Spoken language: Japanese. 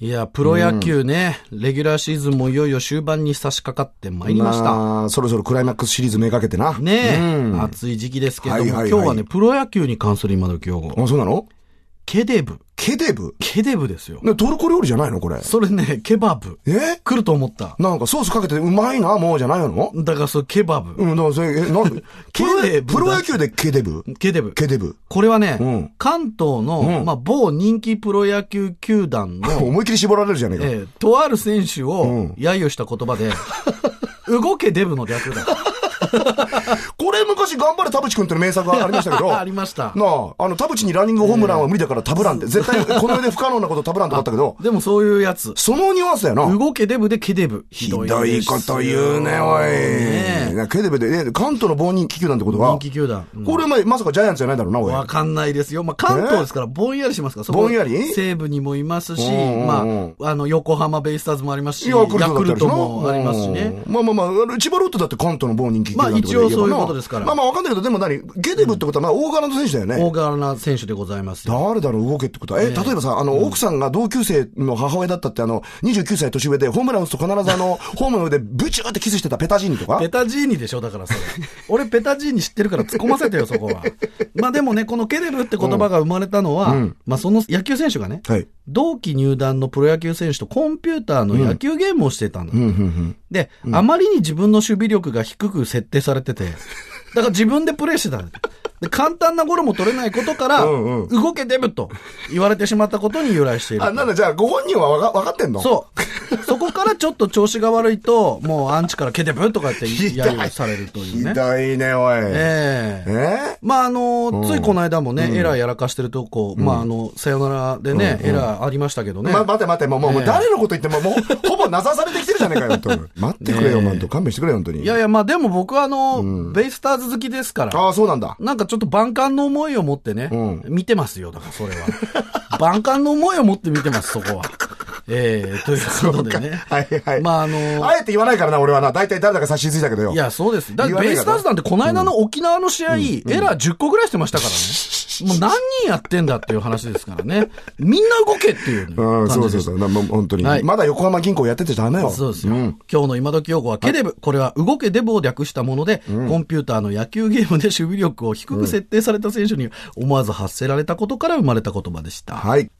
いや、プロ野球ね、レギュラーシーズンもいよいよ終盤に差し掛かってまいりました。まあ、そろそろクライマックスシリーズめがけてな。ねえ、うんあ、暑い時期ですけれどはも、いはいはい今日はね、プロ野球に関する今の用語。そうなのケデブ。ケデブケデブですよ。ねトルコ料理じゃないのこれ。それね、ケバブ。え来ると思った。なんかソースかけてうまいな、もうじゃないのだからそう、ケバブ。うん、だからそれ、え、なんで ケデブだプロ野球でケデブケデブ。ケデブ。これはね、うん関東の、うんまあ、某人気プロ野球球団の、思いっきり絞られるじゃねえか。えーとある選手うんを揶揄した言葉 で、動けデブの略だ。これ昔頑張れ田淵君っていう名作がありました けど。ありましたなあ、あの田淵にランニングホームランは無理だからタブランって、絶対この世で不可能なことタブランとかあったけど、でもそういうやつ。そのニュアンスだよな。動けデブでケデブ。ひひどいこと言うね、おい。ねえなケデブで、ね関東の棒人気球なんてことは人、気球団。うんこれまあまさかジャイアンツじゃないだろうな、おい。わかんないですよ。まあ、関東ですから、ぼんやりしますから、そこぼんやり西部にもいますし、うんまうんうんあ、あの、横浜ベイスターズもありますし、いやヤヤクルトだクったルりしトなもありますしね。うんまあまあまああの、千葉ロッテだって関東の某人気球団ってまあ言えば一な応そういうことですからまあまあわかんないけど、でも何ゲデブってことはまあ大柄の選手だよね。大柄な選手でございますよ。誰だろう動けってことは。え、例えばさ、あの、奥さんが同級生の母親だったって、あの、29歳年上で、ホームラン打つと必ずあの、ホームの上でブチューってキスしてたペタジーニとかペタジーニでしょだからそれ。俺ペタジーニ知ってるから突っ込ませてよ、そこは。 まあでもね、このケレブって言葉が生まれたのは、まあその野球選手がね、はい。同期入団のプロ野球選手とコンピューターの野球ゲームをしてたんだ。うん、うん、で、あまりに自分の守備力が低く設定されてて、だから自分でプレーしてたんだ。で簡単なゴロも取れないことから、うんうん動けデブと言われてしまったことに由来していうん。るあ、。なんだ、じゃあ、ご本人はわかわかってんのう。そう。そこからちょっと調子が悪いと、もうアンチからケデブとかってひど揶い揄されるといひうね。どいね、おい。ええええまああのついこの間もね、エラーやらかしてるとこ、まああの、さよならでね、エラーありましたけどね。 ま、待て待て、もう、もう、もう誰のこと言っても、も う、ほぼなさされてきてるじゃねえかよ、本当に。待ってくれよ、なんと。勘弁してくれよ、本当に。いやいや、まあでも僕はあの、ベイスターズ好きですから、ああ、そうなんだ。なんかちょっと万感の思いを持ってね、うん見てますよ、だからそれは。 万感の思いを持って見てます、そ こは。ええということでね。はいはい。まああのあえて言わないからな、俺はな。大体誰だか差し付いたけどよ。いや、そうです。だ言わないベかイらスターズなんてこの間の沖縄の試合、エラー10個ぐらいしてましたからね。もう何人やってんだっていう話ですから ね。みんな動けっていうね感じうん、ですそようそうそう。なもう本当に、はいまだ横浜銀行やっててダメよ。そうですよ。ん今日の今時用語はケデブ。これは動けデブを略したもので、コンピューターの野球ゲームで守備力を低く設定された選手に思わず発せられたことから生まれた言葉でした。はい。